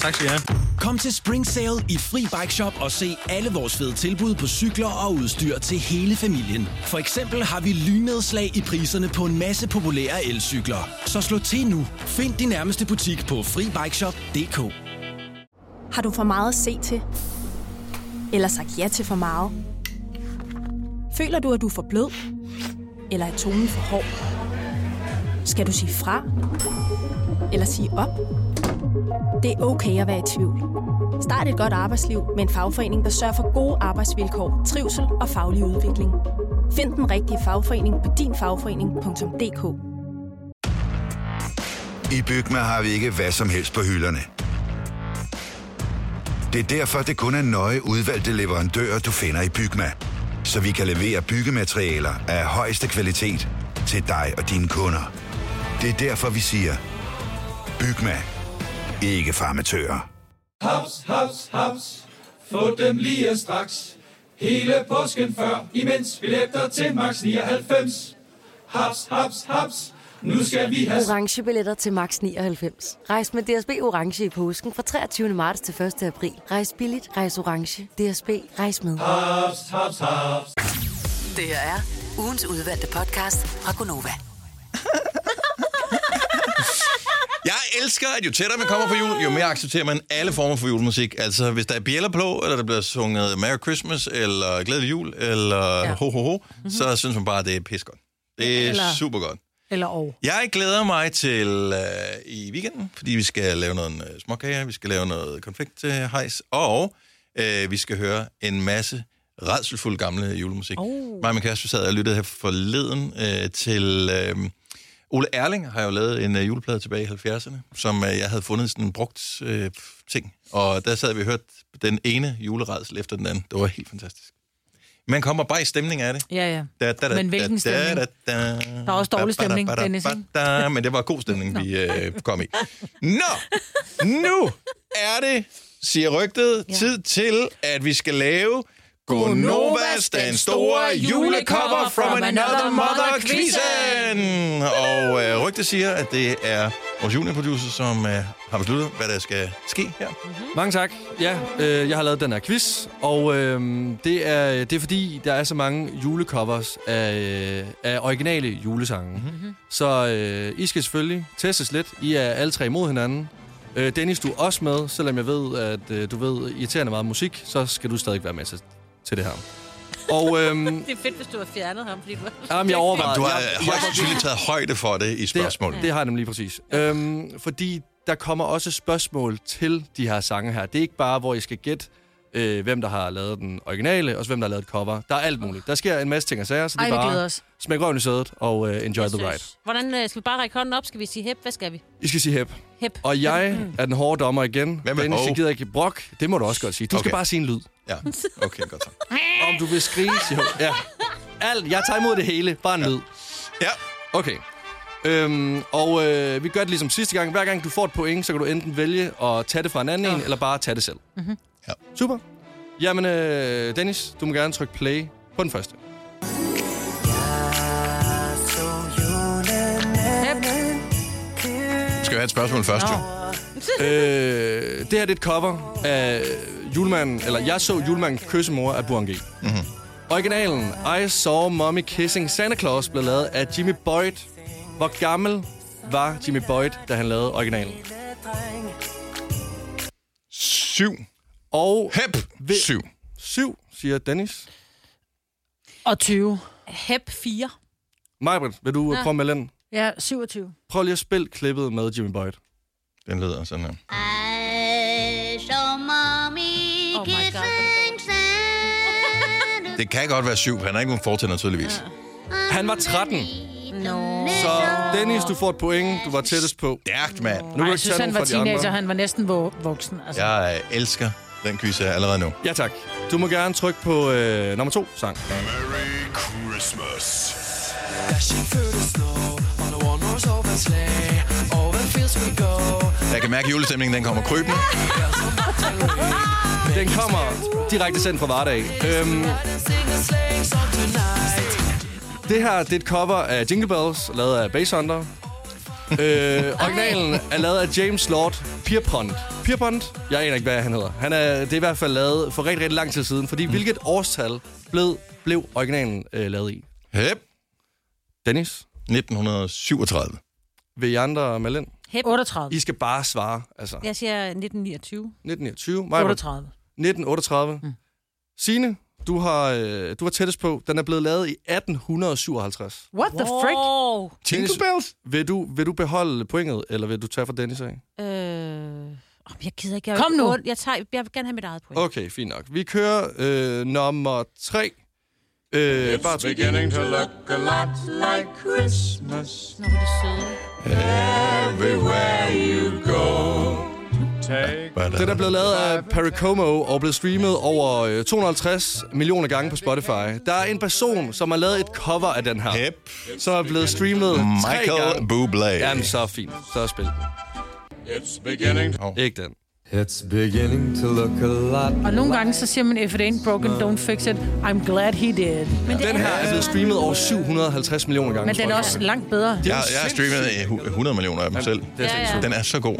Tak skal I have. Kom til Spring Sale i Fri Bike Shop og se alle vores fede tilbud på cykler og udstyr til hele familien. For eksempel har vi lynedslag i priserne på en masse populære elcykler. Så slå til nu. Find din nærmeste butik på FriBikeShop.dk Har du for meget at se til? Eller sagt ja til for meget? Føler du, at du er for blød? Eller er tonen for hård? Skal du sige fra? Eller sige op? Det er okay at være i tvivl. Start et godt arbejdsliv med en fagforening, der sørger for gode arbejdsvilkår, trivsel og faglig udvikling. Find den rigtige fagforening på dinfagforening.dk I Bygma har vi ikke hvad som helst på hylderne. Det er derfor, det kun er nøje udvalgte leverandører, du finder i Bygma. Så vi kan levere byggematerialer af højeste kvalitet til dig og dine kunder. Det er derfor, vi siger, Bygma. Ikke farmatører. Haps, haps, haps. Få dem lige straks. Hele påsken før, imens billetter til max 99. Haps, haps, haps. Nu skal vi have... orange billetter til max 99. Rejs med DSB orange i påsken fra 23. marts til 1. april. Rejs billigt, rejs orange. DSB rejs med. Haps, haps, haps. Det her er ugens udvalgte podcast fra Gonova. Jeg elsker, at jo tættere man kommer på jul, jo mere accepterer man alle former for julemusik. Altså, hvis der er bjæller på, eller der bliver sunget Merry Christmas, eller Glædelig Jul, eller ja. ho, ho, ho, mm-hmm. så synes man bare, at det er pissegodt. Det er Eller- super godt. Eller og. Jeg glæder mig til øh, i weekenden, fordi vi skal lave noget øh, småkager, vi skal lave noget konfekthejs, og øh, vi skal høre en masse redselfuld gamle julemusik. Oh. Mig og min kæreste sad og lyttede her forleden øh, til... Øh, Ole Erling har jo lavet en øh, juleplade tilbage i 70'erne, som øh, jeg havde fundet i sådan en brugt øh, ting. Og der sad vi og hørte den ene juleredsel efter den anden. Det var helt fantastisk. Man kommer bare i stemning af det. Ja, ja. Da, da, da, Men hvilken da, da, stemning? da, da, Der er også dårlig ba, ba, da, stemning, ba, da, Dennis, ba, ikke? da, men det var god stemning, vi øh, kom i. Nå, nu er det, siger rygtet, ja. tid til, at vi skal lave Gonovas, den store julecover from another mother quizzen. Og øh, rygtet siger, at det er vores juniorproducer, som øh, har besluttet, hvad der skal ske her. Mange tak. Ja, øh, jeg har lavet den her quiz, og øh, det, er, det er fordi, der er så mange julecovers af, øh, af originale julesange. Mhm, Mm-hmm. Så øh, I skal selvfølgelig testes lidt. I er alle tre imod hinanden. Øh, Dennis, du er også med, selvom jeg ved, at øh, du ved irriterende meget musik, så skal du stadig være med til, til det her. Og øh, Det er fedt, hvis du har fjernet ham, fordi du Jamen, jeg overvejede. Du har Jeg- øh, højst sandsynligt taget højde for det i spørgsmålet. Det, det har jeg nemlig præcis. Øhm, fordi der kommer også spørgsmål til de her sange her. Det er ikke bare, hvor I skal gætte, øh, hvem der har lavet den originale, og så hvem der har lavet et cover. Der er alt muligt. Der sker en masse ting og sager, så det Ej, er vi bare glæder os. smæk røven i sædet og øh, enjoy the ride. Hvordan øh, skal vi bare række hånden op? Skal vi sige hæb? Hvad skal vi? I skal sige hep. Hep. Og jeg Mm. er den hårde dommer igen. Hvem er Dennis, ho? jeg gider ikke brok. Det må du også godt sige. Du okay. skal Okay. bare sige en lyd. Ja, okay, godt så. Om du vil skrige, jo. Ja. Alt, jeg tager imod det hele. Bare en lyd. Ja. Okay. Øhm, og øh, vi gør det ligesom sidste gang. Hver gang du får et point, så kan du enten vælge at tage det fra en anden en, eller bare tage det selv. Mhm. Ja. Super. Jamen, øh, Dennis, du må gerne trykke play på den første. Skal jeg have et spørgsmål først, jo? øh, det her det er et cover af julemanden, eller jeg så julemanden kysse mor af Burhan G. Mm-hmm. Originalen, I Saw Mommy Kissing Santa Claus, blev lavet af Jimmy Boyd. Hvor gammel var Jimmy Boyd, da han lavede originalen? Syv. Og... Hep! Ved... Syv. Syv, siger Dennis. Og 20. Hep 4. Majbrit, vil du Ja. ja. prøve med den? Ja, 27. Prøv lige at spille klippet med Jimmy Boyd. Den lyder sådan her. Show mommy oh kissing Santa. Det kan godt være syv, for han har ikke nogen fortænder tydeligvis. Han var 13. No. Så Dennis, du får et point. Du var tættest på. Stærkt, mand. Nu Nu kan Ej, du jeg ikke synes, tage Altså, han nogen var fra de teenager, andre. han var næsten vo- voksen. Altså. Jeg øh, elsker den quiz her allerede nu. Ja, tak. Du må gerne trykke på øh, nummer to sang. Christmas. Jeg kan mærke, at julestemningen den kommer krybende. Den kommer direkte sendt fra Vardag. Øhm, det her det er et cover af Jingle Bells, lavet af Bass Hunter. øh, originalen er lavet af James Lord Pierpont. Pierpont? Jeg aner ikke, hvad han hedder. Han er, det er i hvert fald lavet for rigtig, rigtig lang tid siden. Fordi mm. hvilket årstal blev, blev originalen øh, lavet i? Hep. Dennis? 1937. Vil I andre melde ind? Hep. 38. I skal bare svare. Altså, Jeg siger 1929. 1929. Maja, 38. 1938. Mm. Signe, du har, øh, du var tættest på. Den er blevet lavet i 1857. What the frick? Wow. Dennis, Vil du, vil du beholde pointet, eller vil du tage fra Dennis Øh, af? åh, jeg gider ikke. Jeg Kom nu. Jeg, tager, jeg vil gerne have mit eget point. Okay, fint nok. Vi kører øh, nummer tre. Øh, bare tryk. a lot like Christmas. Nå, hvor er det søde. Everywhere you go. Den er blevet lavet af Perry Como og blevet streamet over øh, 250 millioner gange på Spotify. Der er en person, som har lavet et cover af den her. Yep. Som er blevet streamet tre Michael gange. Bublé. Jamen, så fint. Så spil den. It's beginning. Ikke den. It's beginning to look a lot. Og nogle gange så siger man, if it ain't broken, don't fix it. I'm glad he did. Men, det, Den her er blevet streamet over 750 millioner gange. men den er på også Spotify. langt bedre. Det er Jeg, jeg har sindssygt. streamet øh, hu- 100 millioner af dem selv. det er Ja, sindssygt. ja. Den er så god.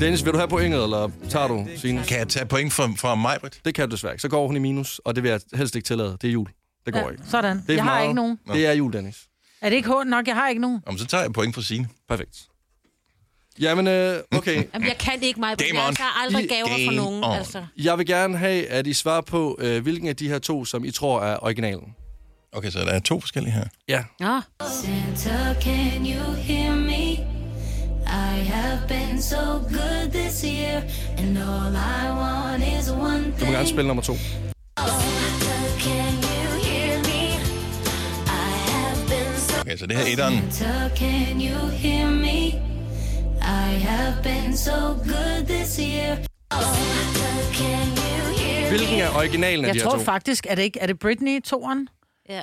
Dennis, vil du have pointet, eller tager du sine? Kan jeg tage point fra, fra mig, Britt? Det kan du desværre ikke. Så går hun i minus, og det vil jeg helst ikke tillade. Det er jul. Det går Ja, ikke. sådan. Det er Jeg har meget- ikke nogen. Det er jul, Dennis. Er det ikke hårdt nok? Jeg har ikke nogen. Om så tager jeg point fra sine. Perfekt. Jamen, øh, okay. Jamen, jeg kan det ikke mig. Game jeg on. tager aldrig I- gaver fra Game nogen. on. Altså. Jeg vil gerne have, at I svarer på, øh, hvilken af de her to, som I tror er originalen. Okay, så der er to forskellige her. Ja. Ja. Santa, can you hear me? I have been so good this year, and all I want is one Du må gerne thing. Oh, spille nummer to. Can you hear me? I have been so Okay, så det her er etteren. Santa, can you hear me? I have been so good this year. Oh, Santa, can you hear me? Hvilken er originalen af Jeg de her tror to? faktisk, er det ikke er det Britney, toeren? Ja.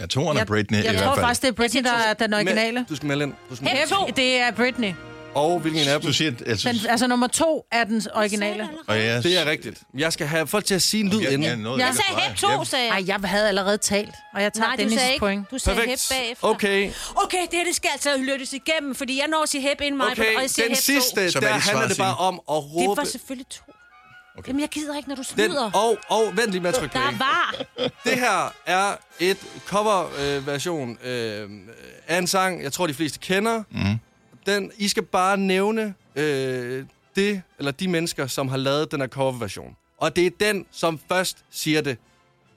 Ja, toeren er Britney i Jeg hvert tror fald. faktisk, det er Britney, der er den originale. Men, du skal melde ind. Du skal melde. ind. Hep, det er Britney. Og hvilken af dem? Du siger, altså, Den, altså nummer to er den originale. og jeg, Det er rigtigt. Jeg skal have folk til at sige en lyd inden. Jeg sagde Hep 2, sagde jeg. Ej, jeg havde allerede talt, og jeg tager Nej, du Dennis' sagde ikke. point. Du sagde Hep Perfekt. bagefter. Okay. Okay, det her det skal altså lyttes igennem, fordi jeg når at sige Hep inden mig, Okay, og jeg siger den Hep 2. sidste, Så der hvad er dit svar, handler det bare Signe? om at Det råbe... var selvfølgelig to. Okay. Jamen, jeg gider ikke, når du Den, snyder. og, og vent lige med at trykke Der play. er var. Det her er et coverversion øh, øh, af en sang, jeg tror, de fleste kender. Mm. Den, I skal bare nævne øh, det, eller de mennesker, som har lavet den her coverversion. Og det er den, som først siger det.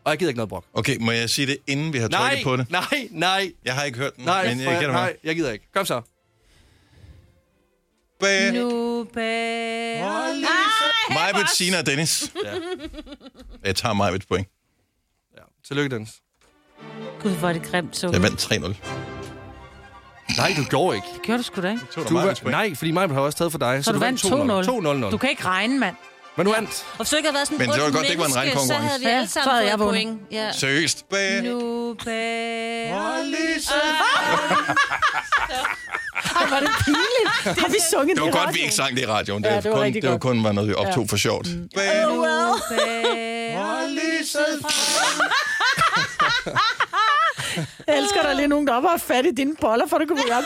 Og jeg gider ikke noget brok. Okay, må jeg sige det, inden vi har Nej, trykket på det? nej, nej, Jeg har ikke hørt den, nej, men øh, for- jeg kender mig. nej, jeg gider ikke. Kom så. Nu bærer... Majbet, Sina og Dennis. Ja. Jeg tager Majbets point. Tillykke, Dennis. Gud, hvor er det grimt så. Jeg vandt 3-0. Nej, du gjorde ikke. Det gjorde du sgu da ikke. tog da Du, Majbrit's var- point. nej, fordi mig har også taget for dig. Så du vandt 2-0. 2-0. Du kan ikke regne, mand. Men du vandt. Og hvis du ikke havde været sådan Men en det var ond godt, det ikke var en ren menneske, Så konkurrence. havde vi Ja, alle sammen så havde fået jeg et vundet. point. Ja. Seriøst? Bæh. Nu bærer... Hold lige så- Ej, var det pinligt. Har vi sunget Det var i godt, vi radioen? ikke sang det i radioen. Det, Ja, ja, det det, var var, kun, rigtig det var godt. kun var noget, vi Ja. optog for sjovt. Oh well. Jeg elsker, at der er lige nogen, der op og har fat i dine boller, for at du kan blive op.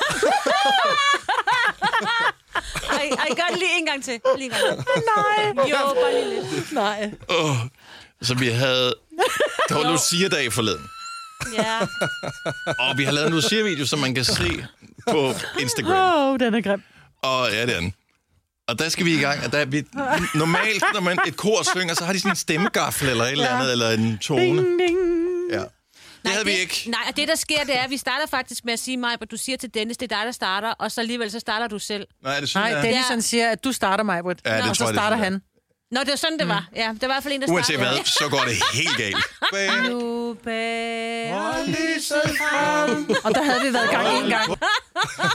Ej, ej, gør det lige en gang til. Lige en gang til. Nej. Jo, bare lige lidt. Nej. Oh, så vi havde... Det var Lucia-dag forleden. Ja. Og vi har lavet en Lucia-video, som man kan se på Instagram. Åh, oh, den er grim. Og ja, det er den. Og der skal vi i gang. Og der er vi, normalt, når man et kor synger, så har de sådan en stemmegaffel eller et eller andet, eller en tone. Ding, ding. Ja. Det havde vi ikke. Nej, og det der sker, det er, at vi starter faktisk med at sige, Maja, du siger til Dennis, det er dig, der starter, og så alligevel så starter du selv. Nej, det Nej, synes jeg. Dennis han siger, at du starter mig, Britt. Ja, det og tror så jeg, det starter er sådan, han. Nå, det var sådan, det var. Ja, der var i hvert fald en, der Mm. Uanset startede. hvad, så går det helt galt. Nu bærer lyset frem. Og der havde vi været i gang én gang.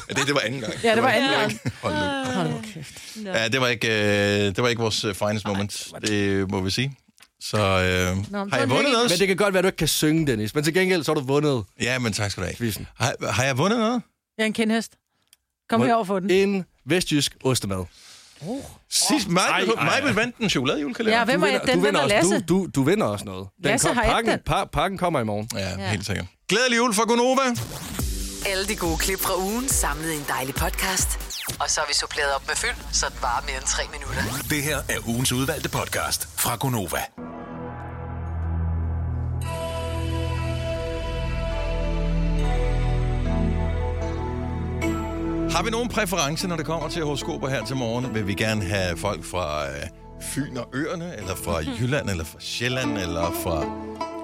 Ja, det, det var anden gang. Ja, det var anden gang. Hold nu. Hold nu kæft. Ja, det var ikke, øh, det var ikke vores øh, finest moment, det må vi sige. Så øh, har jeg vundet noget? Men det kan godt være, at du ikke kan synge, Dennis. Men til gengæld, så har du vundet. Ja, men tak skal du have. Quizzen. Har, har jeg vundet noget? Jeg er en kendhest. Kom herover for den. En vestjysk ostemad. Oh. Sidst, mig, Ej, ej, mig ej. vil vente en chokoladejulkalender. Ja, hvem Du er vinder- den? du Hvem vinder er også- Lasse? Du, du, du vinder også noget. Den Lasse kom, har ikke pakken, den. Pa, pakken kommer i morgen. Ja, helt sikkert. Glædelig jul fra Gonova. Alle de gode klip fra ugen samlet i en dejlig podcast. Og så har vi suppleret op med fyld, så det varer mere end tre minutter. Altså, Det her er ugens udvalgte podcast fra Gonova. Har vi nogen præference, når det kommer til horoskoper her til morgen? Vil vi gerne have folk fra øh, Fyn og Øerne, eller fra Mhm. Jylland, eller fra Sjælland, eller fra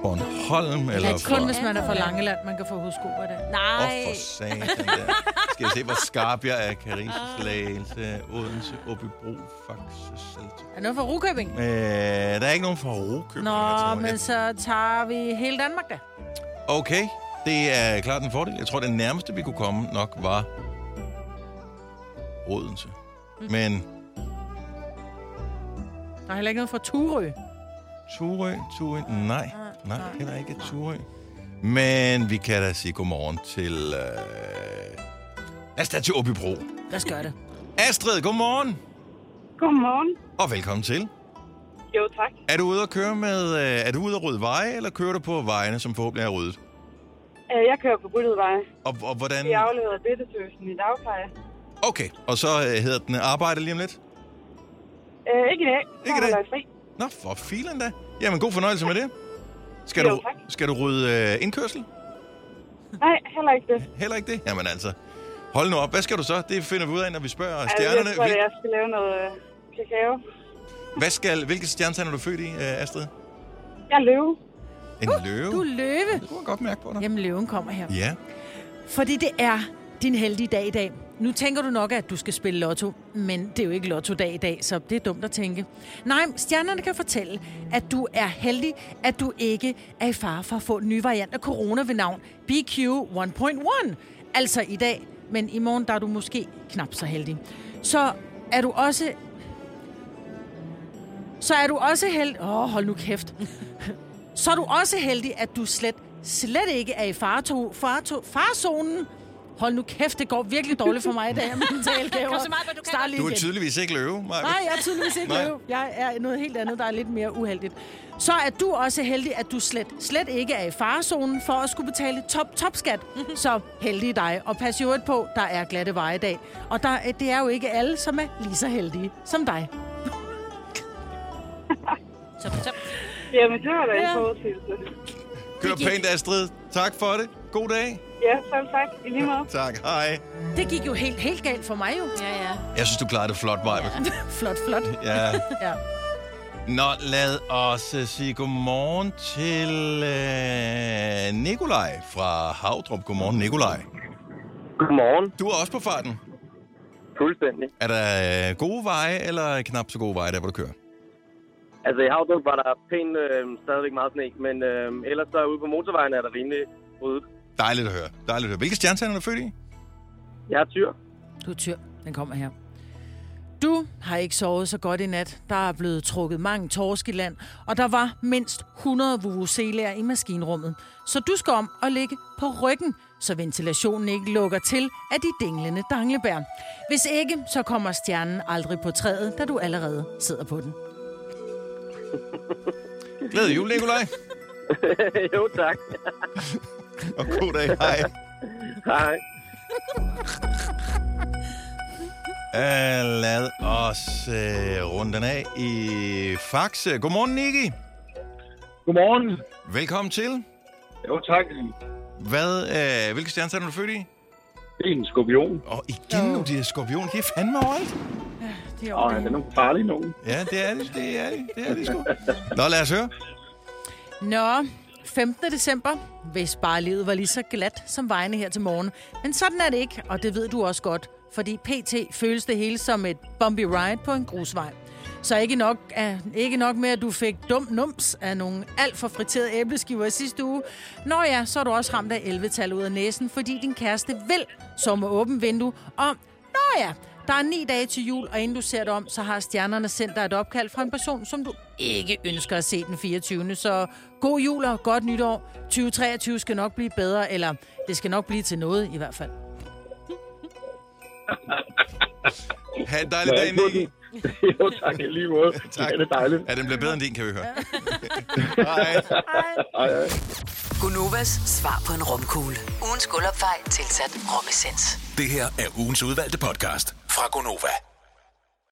Bornholm, eller Ja, fra... kun hvis man er fra Langeland, man kan få hovedskoper i dag. Åh, for satan der. Skal jeg se, hvor skarp jeg er. Ah. Karise, Slagelse, Odense, Åbybro, Faxe, Salte. Er noget fra Rukøbing? Øh, der er ikke nogen fra Rokøb. Nå, men så tager vi hele Danmark da. Okay, det er klart en fordel. Jeg tror, det nærmeste, vi kunne komme nok var Odense. Mm. Men Der er heller ikke noget fra Turø. Turø, Turø, Ah, nej. Nej, det er der ikke Turø. Men vi kan da sige godmorgen til... Øh... Lad os tage til Åbybro. Lad os gøre det. Astrid, godmorgen. Godmorgen. Og velkommen til. Jo, tak. Er du ude at køre med... Øh, er du ude at rydde veje, eller kører du på vejene, som forhåbentlig er ryddet? Øh, Jeg kører på Ryddevej. Og, og hvordan... Vi afleverer Bittesøsen i dagpleje. Okay, og så øh, hedder den arbejde lige om lidt? Øh, ikke i dag. Ikke i dag? Nå, for filen da. Jamen, god fornøjelse med det. Skal, Jo, du, tak. skal du rydde øh, indkørsel? Nej, heller ikke det. Heller ikke det? Jamen altså, hold nu op. Hvad skal du så? Det finder vi ud af, når vi spørger jeg stjernerne. tror, Hvil- at jeg skal lave noget øh, kakao. Hvad skal, hvilket stjernetegn er du født i, øh, Astrid? Jeg er løve. En løve? Uh, Du er løve. Det kunne godt mærke på dig. Jamen, løven kommer her. Ja. Fordi det er din heldige dag i dag. Nu tænker du nok, at du skal spille lotto, men det er jo ikke lotto-dag i dag, så det er dumt at tænke. Nej, stjernerne kan fortælle, at du er heldig, at du ikke er i fare for at få en ny variant af corona ved navn BQ 1.1. Altså i dag, men i morgen der er du måske knap så heldig. Så er du også... Så er du også heldig... Åh, oh, hold nu kæft. Så er du også heldig, at du slet, slet ikke er i farto, farto, farzonen. Hold nu kæft, det går virkelig dårligt for mig i dag, med mine talegaver. Kom så meget, hvad du kan. Start lige Du er igen. tydeligvis ikke løve, Maja. Nej, jeg er tydeligvis ikke løve. Jeg er noget helt andet, der er lidt mere uheldigt. Så er du også heldig, at du slet, slet ikke er i farezonen for at skulle betale top, top skat. Så heldig dig. Og pas jo på, der er glatte veje i dag. Og der, øh, det er jo ikke alle, som er lige så heldige som dig. Top, top. Jamen, det var da en Ja. forudsigelse. Kør pænt, Astrid. Tak for det. God dag. Ja, selv tak. I lige måde. Tak. Hej. Det gik jo helt, helt galt for mig jo. Ja, ja. Jeg synes, du klarede det flot, Maja. flot, flot. Ja. ja. Nå, lad os øh, sige godmorgen til øh, Nikolaj fra Havdrup. Godmorgen, Nikolaj. Godmorgen. Du er også på farten. Fuldstændig. Er der øh, gode veje, eller knap så gode veje, der hvor du kører? Altså i Havdrup var der pænt øh, stadigvæk meget sne, men øh, ellers så ude på motorvejen er der rimelig ryddet. Dejligt at høre. Dejligt at høre. Hvilke stjernetegn er du født i? Jeg er tyr. Du er tyr. Den kommer her. Du har ikke sovet så godt i nat. Der er blevet trukket mange torsk i land, og der var mindst 100 vuvuzelaer i maskinrummet. Så du skal om og ligge på ryggen, så ventilationen ikke lukker til af de dinglende danglebær. Hvis ikke, så kommer stjernen aldrig på træet, da du allerede sidder på den. Glæd jul, Nikolaj. jo, tak. Og god dag. Hej. Hej. Uh, lad os uh, runde den af i Faxe. Godmorgen, Nicky. Godmorgen. Velkommen til. Jo, tak. Hvad, uh, hvilke stjernetegn er du født i? Det er en skorpion. Og igen nu, de er skorpion. De er fandme overalt. Det Åh, er det nogle farlige nogen? Ja, det er det. Det er det. Det er det sgu. Nå, lad os høre. Nå, 15. december. Hvis bare livet var lige så glat som vejene her til morgen. Men sådan er det ikke, og det ved du også godt. Fordi PT føles det hele som et bumpy ride på en grusvej. Så ikke nok, er, ikke nok med, at du fik dum nums af nogle alt for friterede æbleskiver i sidste uge. Nå ja, så er du også ramt af 11-tal ud af næsen, fordi din kæreste vil som åbent vindue om, Nå ja, der er ni dage til jul, og inden du ser det om, så har stjernerne sendt dig et opkald fra en person, som du ikke ønsker at se den 24. Så god jul og godt nytår. 2023 skal nok blive bedre, eller det skal nok blive til noget i hvert fald. Ha' en dejlig dag, Nicky. jo, tak. I lige måde. tak. Det er dejligt. Ja, den bliver bedre end din, kan vi høre. Hej. Hej. Gunovas svar på en romkugle. Ugens guldopfej tilsat romessens. Det her er ugens udvalgte podcast fra Gonova.